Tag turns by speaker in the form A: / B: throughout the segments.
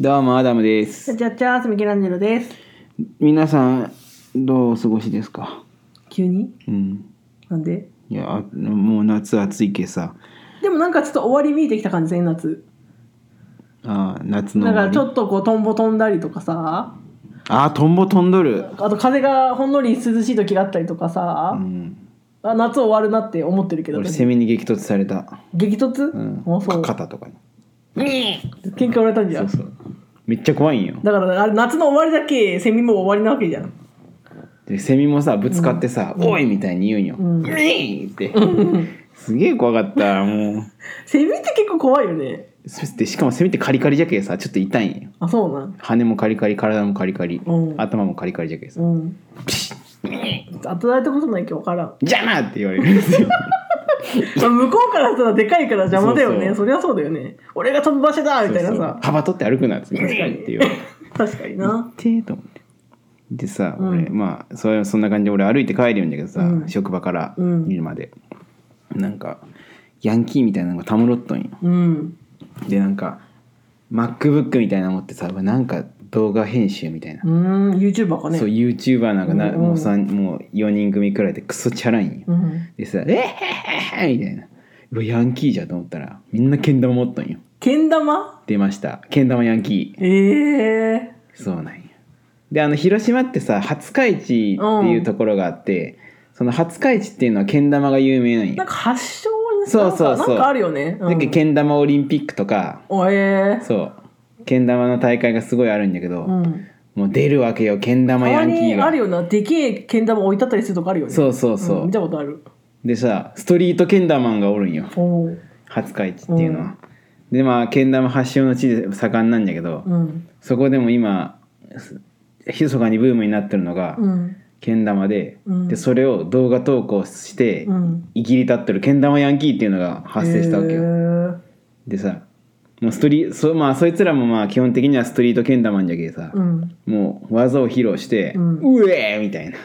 A: どうもアダムです
B: じゃじゃーす、ミケランジェロです。
A: 皆さんどうお過ごしですか
B: 急に
A: うん
B: なんで
A: いやあもう夏暑いけさ
B: でもなんかちょっと終わり見えてきた感じね、夏。
A: あー夏の
B: なん
A: 終わ
B: か
A: り
B: ちょっとこう、トンボ飛んだりとかさ、
A: あートンボ飛んどる
B: あと風がほんのり涼しい時があったりとかさ、
A: うん
B: あ夏終わるなって思ってるけど、
A: 俺セミに激突された、
B: 激突、
A: うん
B: もうそう。
A: 肩とかに
B: 喧嘩売れたんじゃん。
A: そうめっちゃ怖いんよ
B: だからあれ夏の終わりだけセミも終わりなわけじゃん。
A: でセミもさぶつかってさ「おい!」みたいに言うんよ「うい!」ってすげえ怖かったも
B: セミって結構怖いよね。
A: うそしてしかもセミってカリカリじゃけさちょっと痛いんよ
B: あ、そうなん。
A: 羽もカリカリ体もカリカリ、
B: うん
A: 頭もカリカリじゃけさ
B: うん。
A: ピシッ
B: 与えたことないけど分からん。
A: 「邪魔!」って言われるんです よ
B: まあ向こうからしたらでかいから邪魔だよね。
A: そう
B: そ
A: そう
B: りゃそうだよね。俺が飛ぶ場所だみたいなさ。
A: そうそう幅取って歩くなって言う
B: 確かに
A: って言われる
B: 確かにな。
A: てーと思ってでさ
B: うん
A: 俺、まあそれそんな感じで俺歩いて帰るんだけどさ、
B: うん
A: 職場から
B: うん
A: 家まで、なんかヤンキーみたいなのがたむろっとんよ
B: うん。
A: でなんか MacBook みたいなの持ってさなんか動画編集みたいな、
B: うーん、YouTuber かね。
A: そう YouTuber なんかな、
B: うんうん
A: もうさもう4人組くらいでクソチャラいんよ、
B: うん。
A: でさ「えへへへ」みたいなうわヤンキーじゃんと思ったらみんなけん玉持っとんよ
B: けん玉
A: 出ましたけん玉ヤンキー
B: ええ
A: そうなんやであの広島ってさ廿日市っていうところがあって、その廿日市っていうのはけん玉が有名なん
B: な
A: よ
B: んか発祥に
A: そうそうそう
B: なんかあるよね。う
A: だけどけん玉オリンピックとか
B: おえー
A: そうけん玉の大会がすごいあるんだけど、
B: うん。
A: もう出るわけよけん
B: た
A: 玉
B: ま
A: ヤンキー
B: にあ
A: が
B: るよな。でけえけん玉置いてあったりするとこあるよね。
A: そうそうそう、
B: ん見たことある。
A: でさストリートけん玉マンがおるんよ
B: おう
A: 廿日市っていうのは、でまあけん玉発祥の地で盛んなんだけど、
B: うん。
A: そこでも今す密かにブームになってるのが、
B: うん。
A: けん玉で,、
B: うん
A: でそれを動画投稿して、
B: うん。
A: いきり立ってるけん玉ヤンキーっていうのが発生したわけよ、
B: よ。
A: でさもうストリそ,、まあ、そいつらもまあ基本的にはストリートけん玉んじゃけさ、
B: うん。
A: もう技を披露して「う
B: うん
A: え!」みたいな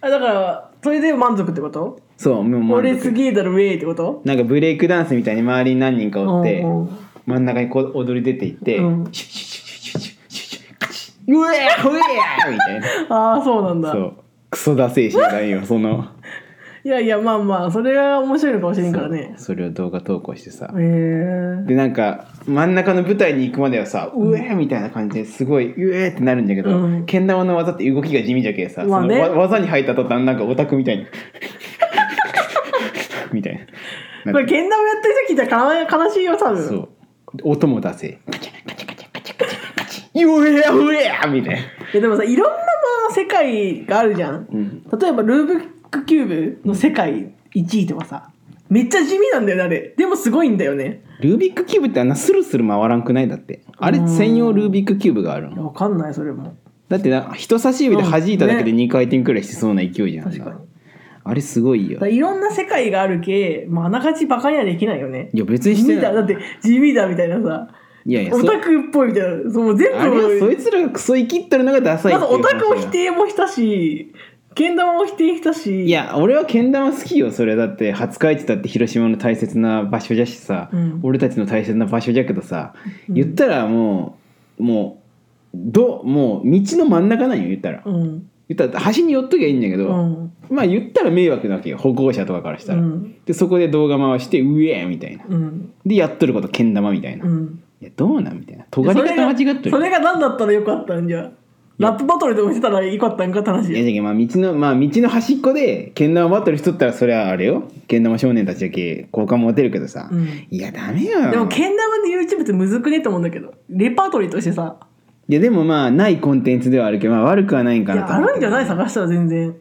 B: あだから、それで満足ってこと
A: そうもう満足
B: 俺すげえだろ、ウェイってこと
A: なんかブレイクダンスみたいに周りに何人かおって、
B: うんうん
A: 真ん中にこう踊り出ていって、
B: うん
A: シュッシュッシュッシュッシュッシュッシュッシュッカチッうえーうえーみたいな
B: ああ、そうなんだ。
A: そうクソダセえ集団よその
B: いやいや、まあまあ、それは面白いのかもしれんからね。
A: それを動画投稿してさ
B: へえー。
A: でなんか真ん中の舞台に行くまではさ「うえ!」みたいな感じですごい「うえ!」ってなるんだけど、
B: うん
A: けん玉の技って動きが地味じゃけえさ、
B: まあね
A: そのわ技に入った途端なんかオタクみた いにみたいな
B: これ、けん玉やってる時って悲悲しいよ、多分。
A: そう音も出せ「カチャカチャカチャカチャカチャカチャうえうえ!」みたいない
B: やでもさ、いろんなまあ世界があるじゃん。
A: うん
B: 例えば、ルービックキューブの世界1位とかさ、めっちゃ地味なんだよね、あれ。でもすごいんだよね。
A: ルービックキューブってあんなスルスル回らんくないだってあれ専用ルービックキューブがある
B: いや
A: の
B: わかんない、それも。
A: だってな人差し指で弾いただけで
B: うん
A: 2回転くらいしてそうな勢いじゃん、
B: 確かに。
A: あれすごい
B: だ
A: よ
B: からいろんな世界があるけ、まあ、あながちバカにはできないよね。
A: いや別に
B: 地
A: して
B: 味
A: ない
B: だ、だって地味だみたいなさ、
A: いやいや
B: オ
A: そ
B: タクっぽいみたいな、その全部
A: あれはそいつらがクソ生きっとるのがダサい
B: ま
A: って
B: ず
A: いう話
B: オタクを否定もしたし、けん玉も否定したし、
A: いや俺はけん玉好きよそれだって廿日市だって広島の大切な場所じゃしさ、
B: うん
A: 俺たちの大切な場所じゃけどさ、言ったらもうもうどもう道の真ん中なんよ言ったら、
B: うん、
A: 言ったら端に寄っときゃいいんだけ
B: う
A: ど、
B: ん、
A: まあ言ったら迷惑なわけよ歩行者とかからした
B: う
A: ら、
B: ん、
A: でそこで動画回して「うえ!」みたいな
B: うん、
A: でやっとることけん玉みたいな、
B: う
A: い
B: ん。
A: やどうなんみたいな尖り方間違っとる
B: それが何だったらよかったんじゃ。ラップバトルでもしてたらよかったんかって話
A: いやじゃけまあ道のまあ道の端っこでけん玉バトルしとったらそれはあれよけん玉少年たちだけ好感持てるけどさ、
B: うん
A: いやダメよ
B: でもけん玉で YouTube ってむずくねって思うんだけどレパートリーとしてさ
A: いやでもまあないコンテンツではあるけど、まあ、悪くはないん
B: い
A: かな
B: や
A: と
B: あ
A: 思う
B: るん
A: け
B: じ
A: ど
B: ゃない探したら全然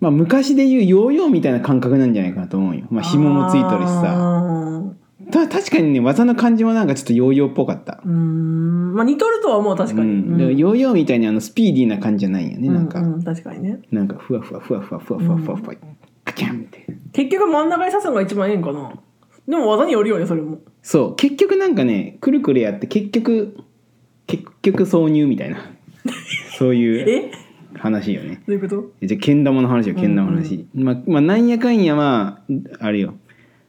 A: まあ昔で言うヨーヨーみたいな感覚なんじゃないかなと思うよまあ紐もついとるしさ
B: あー
A: た確かにね技の感じもなんかちょっとヨーヨーっぽかった
B: うーんまあ似とるとは思う確かに、
A: うんでもヨーヨーみたいにあのスピーディーな感じじゃないよねなんか、
B: ううん確かにね
A: なんかふわふわふわふわふわふわふわふわカチャンみたいな
B: 結局真ん中に刺すのが一番ええんかなでも技によるよねそれも
A: そう結局なんかねくるくるやって結局結局挿入みた いなそういう
B: えど
A: 話よね
B: ういうこと
A: じゃあけん玉の話よけん玉の話、まあ、まあなんやかんやまああれよ、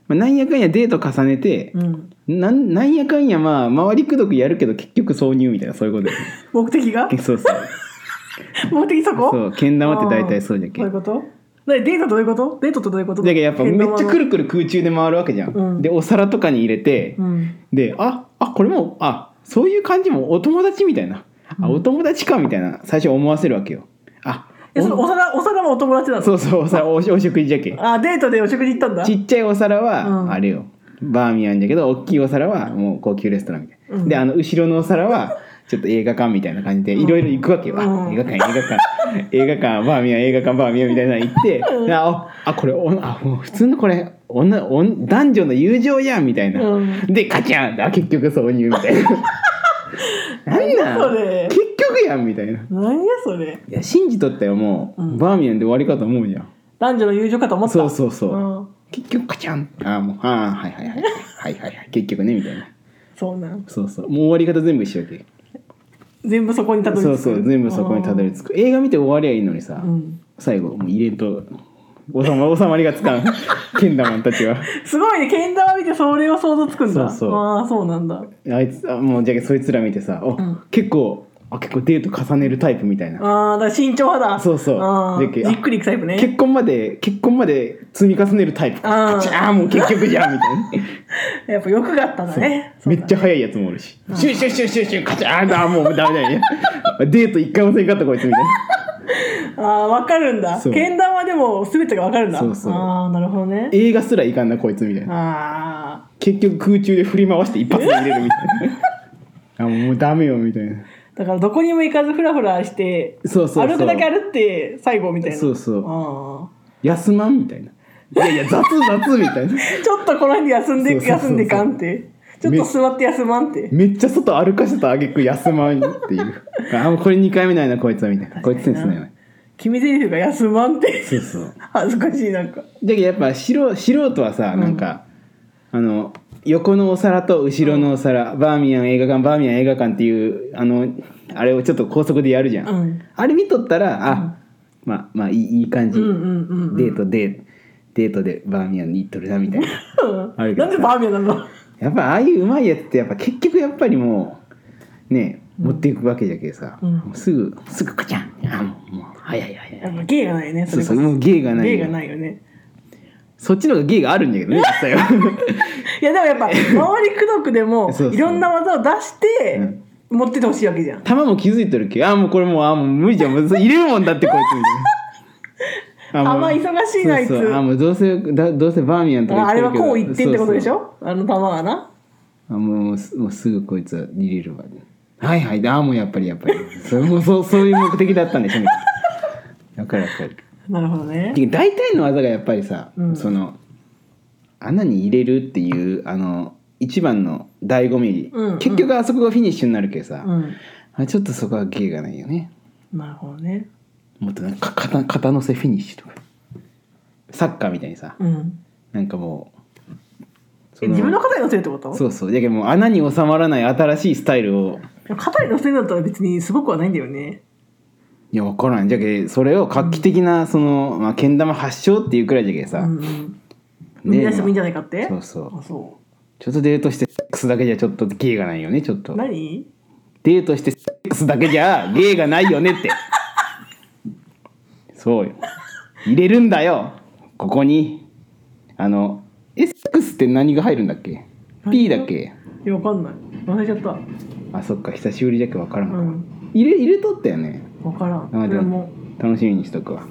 A: まあ、なんやかんやデート重ねて、
B: うん、
A: なんなんやかんやまあ周りくどくやるけど結局挿入みたいなそういうことで
B: 目的が
A: そうそう
B: 目的そこ
A: そうけん玉って大体そうじゃけ
B: どういうことなにデートどういうことデートってどういうこと
A: だけどやっぱめっちゃく
B: る、
A: るくる空中で回るわけじゃん、
B: うん
A: でお皿とかに入れて、
B: うん、
A: でああこれもあそういう感じもお友達みたいな、あ
B: うん
A: お友達かみたいな最初思わせるわけよあ
B: えその
A: お
B: お皿お皿もお友達なの
A: そうそうお皿おお食事じゃけ
B: あデートでお食事行ったんだ
A: ちっちゃいお皿は、
B: うん
A: あれよバーミヤンじゃけど大きいお皿はもう高級レストランみたいな、
B: うん
A: であの後ろのお皿はちょっと映画館みたいな感じで
B: うん
A: いろいろ行くわけよ、あ
B: うん
A: 映画館映画館 映画館バーミヤン映画館バーミヤンみたいなの行って、でああこれおあもう普通のこれ女女男女の友情やんみたいな、
B: うん
A: でカチャンあ結局挿入みたいな 何
B: 何そ
A: なん
B: れ
A: 結局やんみたいな
B: 何やそれ
A: いや信じとったよもう、
B: うん
A: バーミヤンで終わりかと思うじゃん
B: 男女の友情かと思った
A: そうそうそう、
B: うん、
A: 結局カチャンああもうああはいはいはいはいはい はい結局ねみたいな
B: そうなん
A: そうそうもう終わり方全部一緒やけ
B: 全部そこにたどり着
A: そ
B: く
A: うそう全部そこにたどり着
B: く
A: く映画見て終わりゃいいのにさ、
B: うん、
A: 最後もう入れんと収ま収まりがつか んけん玉たちは
B: すごいねけん玉見てそれを想像つくんだ
A: そうそう
B: ああそうなんだ
A: あいつあもうじゃあそいつら見てさお、
B: うん
A: 結構あ結構デート重ねるタイプみたいな、
B: ああだから慎重派だ
A: そうそう
B: あー
A: でけ
B: じっくりいくタイプね
A: 結婚まで結婚まで積み重ねるタイプ
B: あー
A: カチャンもう結局じゃんみたい な
B: やっぱ欲があったんだね
A: めっちゃ
B: ゃ
A: 速いやつもおるし、シュンシュンシュンシュンシュンカチャーンだもうダメだ よねデート一回もせんかったこいつみたいな
B: ああ分かるんだ
A: そう
B: けん玉でも全てが分かるんだ
A: そうそう
B: ああなるほどね
A: 映画すらいかんなこいつみたいな
B: ああ
A: 結局空中で振り回して一発で入れるみたいな あもうダメよみたいな
B: だからどこにも行かずフラフラして
A: そうそうそう
B: 歩くだけ歩って最後みたいな
A: そうそう
B: ああ
A: 休まんみたいないやいや雑雑みたいな
B: ちょっとこの辺で休んで
A: そうそうそうそう
B: 休んでかんってちょっと座って休まんって
A: めっちゃ外歩かせた挙句休まんっていうあもうこれ2回目ないなこいつはみたいなこいつセンスないな
B: 君ゼリフが休まんって
A: そうそう
B: 恥ずかしいなんか
A: だけどやっぱ素素人はさなんか、あの横のお皿と後ろのお皿、バーミヤン映画館バーミヤン映画館っていうあのあれをちょっと高速でやるじゃん、
B: うん
A: あれ見とったらあ、まあまあいいいい感
B: う
A: じ、
B: んうんうんうん
A: デートでデートでバーミヤンに行っとるなみ たいな
B: うん
A: あるけ
B: な
A: ど
B: んでバーミヤンなの
A: やっぱああいううまいやつってやっぱ結局やっぱりもうね持っていくわけじゃけさ、
B: うん
A: もうすぐすぐカチャンあもうもう早い早い
B: や
A: 早
B: っ
A: い
B: ぱ芸がないねれこ
A: そうそうもう芸がないよ
B: 芸がないよね
A: そっちの方が芸があるんだ けどね実際は。
B: いやでもやっぱ周りくどくでも
A: そうそう
B: いろんな技を出して持っててほしいわけじゃん
A: 球も気づいてるけどあーもうこれもうあーもう無理じゃんもう入れるもんだってこいつみた いな
B: あんま忙しいなあいつ
A: そうそうあーもうどうせだどうせバーミヤンとか
B: あれはこう言ってってことでし
A: そう
B: ょあの球はな
A: そうあもうすもうすぐこいつは入れるわはいはいあーもうやっぱりやっぱりそれもそうそういう目的だったんでしょみたいなわかるわかる
B: なるほどね
A: てか大体の技がやっぱりさ、
B: うん
A: その穴に入れるっていうあの一番の醍醐味、
B: うんうん
A: 結局あそこがフィニッシュになるけどさ、
B: うん
A: あちょっとそこは芸がないよね
B: なるほどね
A: もっとなんか肩肩乗せフィニッシュとかサッカーみたいにさ
B: うん
A: なんかもうそ
B: え自分の肩に乗せるってこと
A: そうそうだけどもう穴に収まらない新しいスタイルを
B: でも肩に乗せるんだったら別にすごくはないんだよね
A: いや分からんじゃけそれを画期的なその、まあ、けん玉発祥っていうくらいじゃけ
B: う
A: さ、
B: んうん生み出してもいいんじゃないかって
A: そうそう
B: あそ
A: ちょっとデートしてセックスだけじゃちょっと芸がないよねちょっ
B: う
A: と
B: 何
A: デートしてセックスだけじゃ芸がないよね ってそうよ入れるんだよここにあのえセックスって何が入るんだっけ P だっけ
B: いやわかんない忘れちゃった
A: あそっか久しぶりじゃけ分からん
B: う
A: か、
B: ん
A: 入れ入れとったよね
B: わからん
A: あ
B: そ
A: で
B: れも
A: も楽しみにしとくわ